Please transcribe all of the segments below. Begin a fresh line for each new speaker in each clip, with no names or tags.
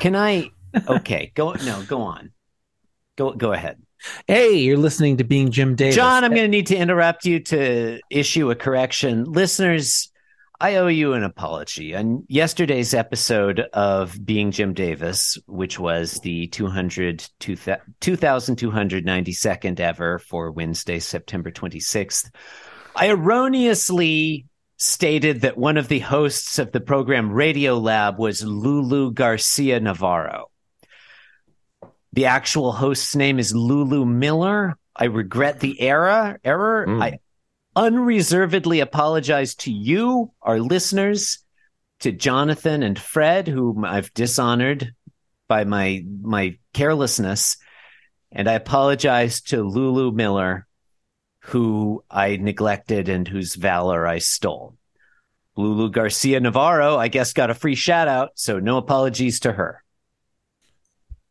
Can I? Okay, go. No, go on. Go go ahead,
Hey, you're listening to Being Jim Davis.
John. I'm going to need to interrupt you to issue a correction, listeners. I owe you an apology. On yesterday's episode of Being Jim Davis, which was the 200, 2,292nd ever for Wednesday, September 26th, I erroneously stated that one of the hosts of the program Radio Lab was Lulu Garcia Navarro. The actual host's name is Lulu Miller. I regret the error. Error.
Mm.
I unreservedly apologize to you, our listeners, to Jonathan and Fred, whom I've dishonored by my my carelessness, and I apologize to Lulu Miller, who I neglected and whose valor I stole. Lulu Garcia Navarro, I guess, got a free shout out, so no apologies to her.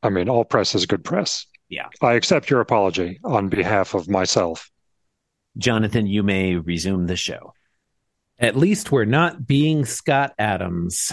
I mean, all press is good press.
Yeah.
I accept your apology on behalf of myself.
Jonathan, you may resume the show.
At least we're not being Scott Adams.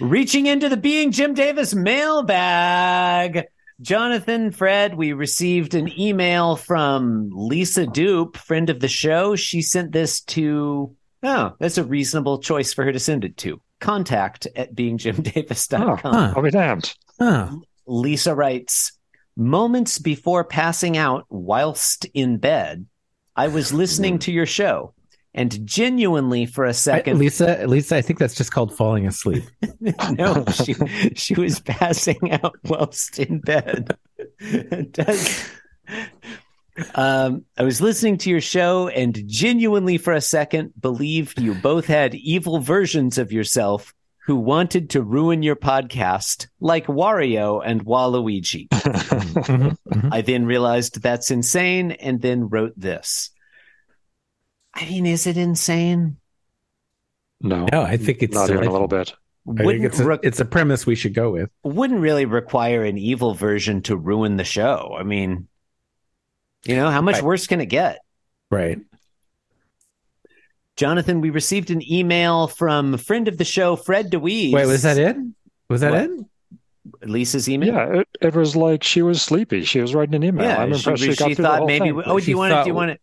Reaching into the Being Jim Davis mailbag. Jonathan, Fred, we received an email from Lisa Dupe, friend of the show. She sent this to, oh, that's a reasonable choice for her to send it to. Contact at beingjimdavis.com.
Oh, huh.
I'll be damned.
Huh.
Lisa writes, moments before passing out whilst in bed, I was listening to your show and genuinely for a
I,
second
Lisa, Lisa, I think that's just called falling asleep.
no, she she was passing out whilst in bed. It does- um, I was listening to your show and genuinely for a second believed you both had evil versions of yourself who wanted to ruin your podcast, like Wario and Waluigi.
Mhm, mhm.
I then realized that's insane and then wrote this. I mean, is it insane?
No,
No, I think it's
not even a
delightful.
little bit.
I think
Wouldn't
it's a,
rec-
it's a premise we should go with.
wouldn't really require an evil version to ruin the show. I mean, you know, how much
Right.
worse can it get?
Right.
Jonathan, we received an email from a friend of the show, Fred DeWeese.
Wait, was that it? Was that
What?
it?
Lisa's email?
Yeah, it, it was like she was sleepy. She was writing an email.
Yeah,
I'm
she,
impressed she,
she,
got through the
thought
whole
maybe.
thing.
we- Oh, do
She
you want it?
thought-
Do you want it?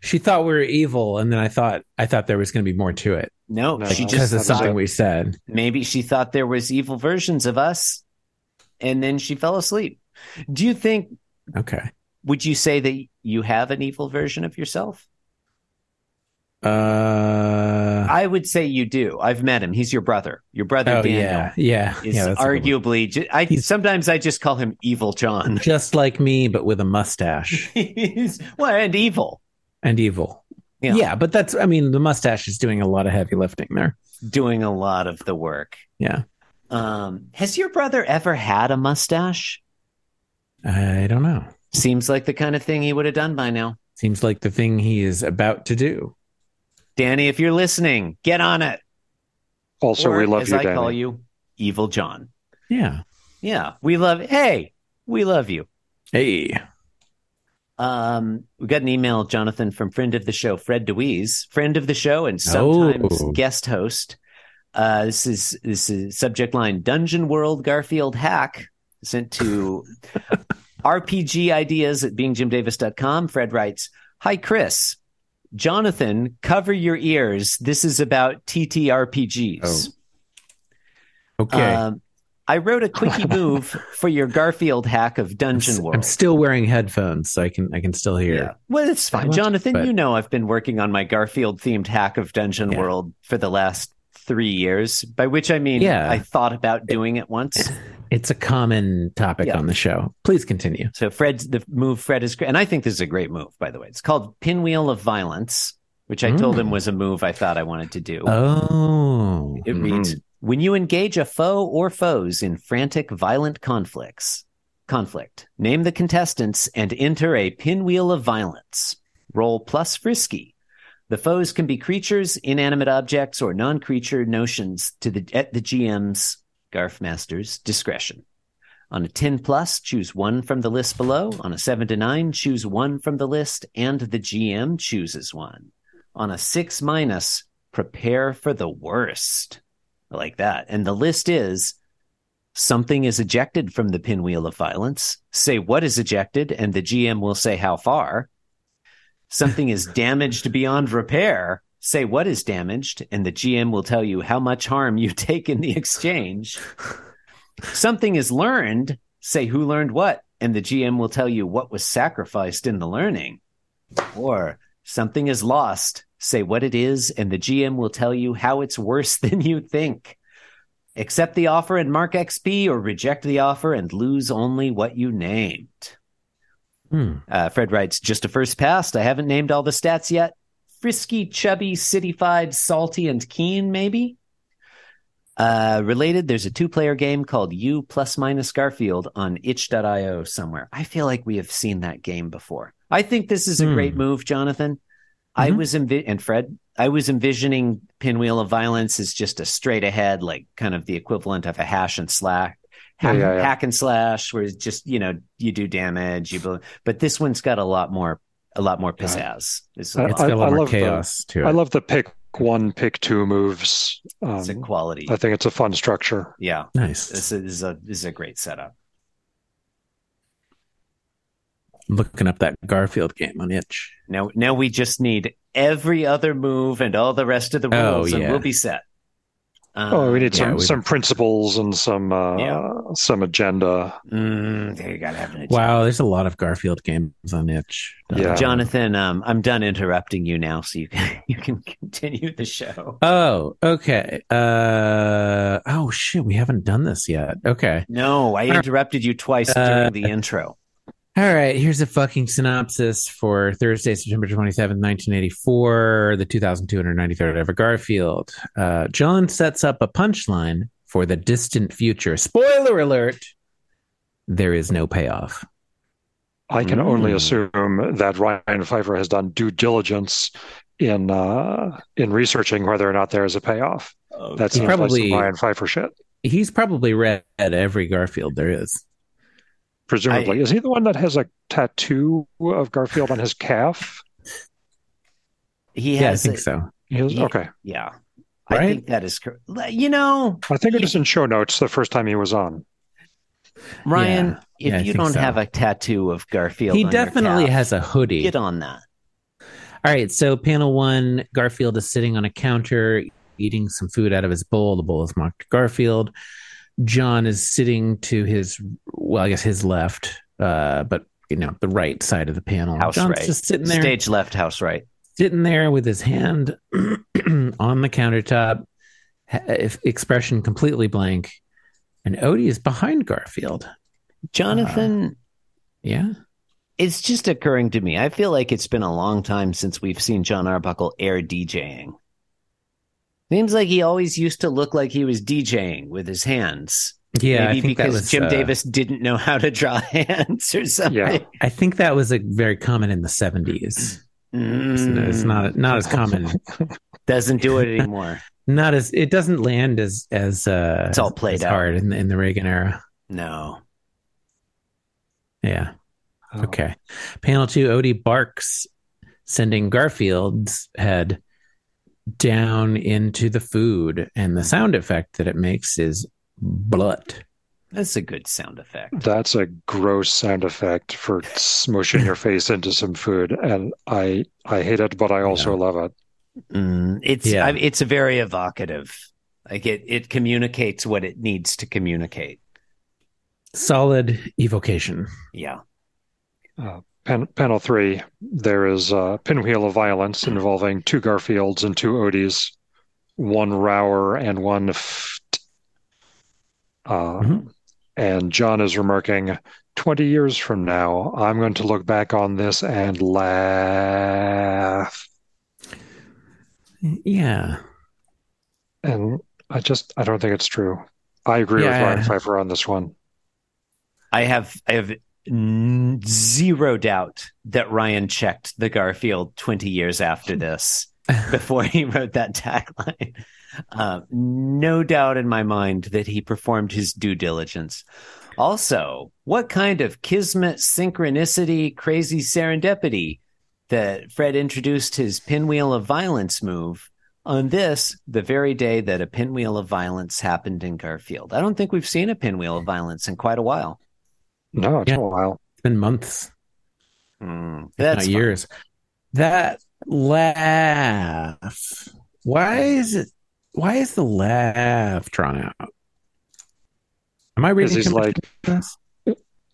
She thought we were evil, and then I thought I thought there was going to be more to it
No,
No,
she
because
no.
just
of
That was
something
it.
we said.
maybe she thought there was evil versions of us, and then she fell asleep. Do you think?
Okay.
Would you say that you have an evil version of yourself?
Uh.
I would say you do. I've met him. He's your brother. Your brother.
Oh
Daniel.
yeah, yeah,
is
yeah. that's a good one.
arguably ju- I
He's-
sometimes I just call him Evil John.
just like me, but with a mustache
He's well and evil
and evil.
Yeah.
but that's I mean the mustache is doing a lot of heavy lifting there.
doing a lot of the work.
Yeah.
Um has your brother ever had a mustache?
I don't know.
Seems like the kind of thing he would have done by now.
Seems like the thing he is about to do.
Danny, if you're listening, get on it.
Also,
Or,
we love
as
you,
I
Danny.
call you Evil John.
Yeah.
Yeah, we love hey, we love you.
Hey.
Um, we got an email, Jonathan, from friend of the show, Fred DeWeese, friend of the show and sometimes
Oh.
guest host. Uh, this is this is subject line Dungeon World Garfield hack sent to RPG ideas at beingjimdavis.com. Fred writes, Hi Chris. Jonathan, cover your ears. This is about TTRPGs.
Oh. Okay.
Uh,
Um, I wrote a quickie move for your Garfield hack of Dungeon World.
I'm still wearing headphones, so I can I can still hear.
Yeah. Well, it's fine.
much,
Jonathan,
but-
you know I've been working on my Garfield themed hack of Dungeon
Yeah.
World for the last three years, by which I mean
Yeah.
I thought about doing it once.
It's a common topic
Yeah.
on the show. Please continue.
so, Fred's the move Fred is, and I think this is a great move, by the way. It's called Pinwheel of Violence, which I told
Mm.
him was a move I thought I wanted to do.
Oh.
It reads When you engage a foe or foes in frantic, violent conflicts, conflict, name the contestants and enter a pinwheel of violence. Roll plus frisky. The foes can be creatures, inanimate objects, or non creature notions to the, at the GM's, Garf Master's, discretion. On a 10 plus, choose one from the list below. On a 7 to 9, choose one from the list, and the GM chooses one. On a 6 minus, prepare for the worst. I like that. And the list is Something is ejected from the pinwheel of violence. Say what is ejected, and the GM will say how far. Something is damaged beyond repair. Say what is damaged, and the GM will tell you how much harm you take in the exchange. Something is learned. Say who learned what, and the GM will tell you what was sacrificed in the learning. Or something is lost. Say what it is, and the GM will tell you how it's worse than you think. Accept the offer and mark XP, or reject the offer and lose only what you named.
Hmm.
Uh, Fred writes, just a first pass. I haven't named all the stats yet. Frisky, chubby, cityfied, salty, and keen, maybe? Uh, related, there's a two player game called You Plus Minus Garfield on itch.io somewhere. I feel like we have seen that game before. I think this is a
Hmm.
great move, Jonathan. I
Mm-hmm.
Mhm.
was, envi- and Fred, I was envisioning Pinwheel of Violence as just a straight ahead, like kind of the equivalent of a hash and slack.
Yeah,
Hack,
yeah, yeah.
hack and slash, where it's just you know you do damage, you bel- but this one's got a lot more, a lot more
Yeah.
pizzazz. It's
I-
a
It's
lot
got a lot
I
more
love the-
chaos to it.
I love the pick one, pick two moves.
it's a
Um,
quality.
I think it's a fun structure.
Yeah,
nice.
this is a this is a great setup.
I'm looking up that Garfield game on itch.
Now now we just need every other move and all the rest of the
Oh,
rules, and
yeah.
we'll be set. Um,
Oh, we need
yeah,
some
we-
some principles and some uh,
Yeah.
some agenda.
mm, there you gotta have an agenda.
Wow, there's a lot of Garfield games on itch.
Yeah.
Jonathan, um, I'm done interrupting you now, so you can you can continue the show.
Oh, okay. Uh oh shit, we haven't done this yet. Okay.
No, I interrupted you twice
Uh,
during the intro.
All right, here's a fucking synopsis for Thursday, September 27th, 1984, the 2293rd ever Garfield. Uh, John sets up a punchline for the distant future. Spoiler alert, there is no payoff.
I can only
Mm.
assume that Ryan Pfeiffer has done due diligence in uh, in researching whether or not there is a payoff. That
He
seems like some
probably-
Ryan Pfeiffer shit.
He's probably read every Garfield there is.
Presumably, is he the one that has a tattoo of Garfield on his calf?
He
Yeah, I
has
think
a-
so.
He has-
Yeah.
okay,
Yeah. I
Right?
think that is correct. You know,
I think it was in show notes the first time he was on.
Ryan, if
Yeah, I
you
think
don't
so.
have a tattoo of Garfield,
He
on your
definitely
calf,
has a hoodie.
Get on that.
All right, so panel one, Garfield is sitting on a counter eating some food out of his bowl. The bowl is marked Garfield. John is sitting to his, well, I guess his left, uh, but you know the right side of the panel.
House
John's
right.
just sitting there,
Stage left, house right.
sitting there with his hand on the countertop, ha- if- expression completely blank. And Odie is behind Garfield.
Jonathan,
Uh-huh. Yeah,
it's just occurring to me. I feel like it's been a long time since we've seen John Arbuckle air DJing. Seems like he always used to look like he was DJing with his hands.
yeah.
Maybe
I think that
because
was,
Jim
uh,
Davis didn't know how to draw hands or
Yeah.
something.
I think that was a very common in the seventies. It's, it's
Mm,
not not as common.
doesn't do it anymore.
Not as it doesn't land as as uh,
It's all played
as
out.
hard in the, in the Reagan era.
No.
Yeah.
Oh.
Okay. Panel two. Odie barks, sending Garfield's head down into the food, and the sound effect that it makes is blood.
That's a good sound effect.
That's a gross sound effect for smushing your face into some food, and I I hate it, but I also love it.
Mm, it's
Yeah.
I, it's very evocative. Like it it communicates what it needs to communicate.
Solid evocation.
Yeah.
Pan, panel three, there is a pinwheel of violence involving two Garfields and two Odies, one Rower and one Ft. Uh,
Mhm.
And John is remarking, 20 years from now, I'm going to look back on this and laugh.
Yeah.
And I just, I don't think it's true. I agree with
Yeah.
Ryan Pfeiffer on this one.
I have I have n- zero doubt that Ryan checked the Garfield 20 years after this before he wrote that tagline. Uh, no doubt in my mind that he performed his due diligence. Also, what kind of kismet, synchronicity, crazy serendipity that Fred introduced his pinwheel of violence move on this, the very day that a pinwheel of violence happened in Garfield. I don't think we've seen a pinwheel of violence in quite a while.
No, it's
Yeah.
been a while.
It's been months,
That's
Mm.
not years. That laugh. Why is it? Why is the laugh drawn out? Am I
Because
reading
he's
too much
like,
into this?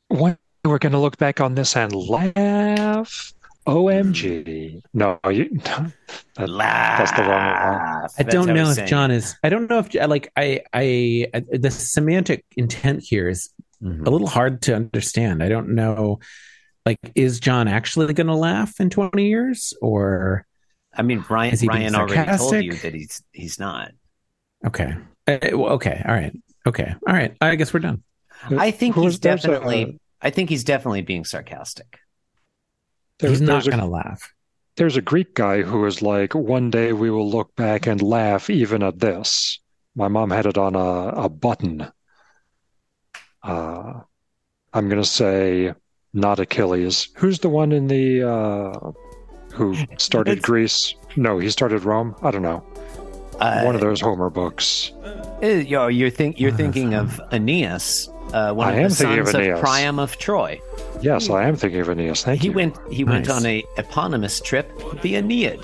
when we're going to look back on this and laugh. OMG. No, you,
fine.
that- that's the wrong one.
Laugh.
I
That's
don't
how
know
he's
if
saying it.
John is. I don't know if like I, I I the semantic intent here is
Mm-hmm.
Mhm.
a little hard to understand. I don't know. Like, is John actually going to laugh in twenty years? Or
I mean, Ryan.
Has he been
Ryan already told
sarcastic?
you that he's he's not.
okay, Uh, well, okay, all right, okay, all right. I guess we're done.
I think
Who
he's
was- there's a-
definitely. I think he's definitely being sarcastic.
there-
He's not
there's, a,
going to laugh.
there's a Greek guy who is like, one day we will look back and laugh even at this. My mom had it on a, a button. Uh, I'm going to say not Achilles. Who's the one in the uh, who started
It's-
Greece? No, he started Rome. I don't know.
Uh,
one of those Homer books.
eh, yo, you're think you're
Uh,
thinking of Aeneas, uh, one
I
of
am
the
thinking of
sons of,
Aeneas.
Priam of Troy.
Yes, I am thinking of Aeneas. Thank
he
you.
went he went
Nice.
on a eponymous trip, the Aeneid.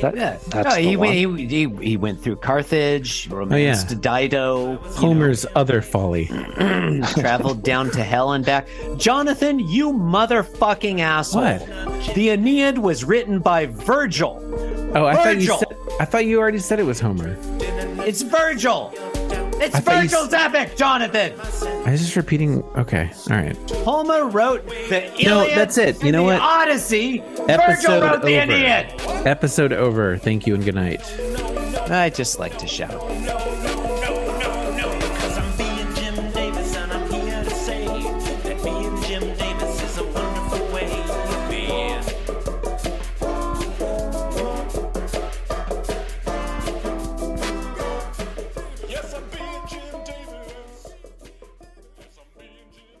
That-
Yeah,
that's
No, he,
the
went, he, he he went through Carthage, romanced Dido,
Homer's other folly.
traveled down to hell and back. Jonathan, you motherfucking asshole! The Aeneid was written by Virgil.
Oh, I thought you
Virgil!
said. I thought you already said it was Homer.
It's Virgil. It's
I thought you s-
Virgil's epic, Jonathan.
I was just repeating. Okay, all right.
Homer wrote the Iliad.
No, that's it. You
and
know
the
what?
Odyssey. Virgil
Episode
wrote the
over.
Aeneid.
Episode over. Thank you and good night.
I just like to shout.
Cause I'm being Jim Davis and I'm here to say that being Jim Davis is a wonderful way to be. Yes, I'm being Jim Davis. Yes, I'm being Jim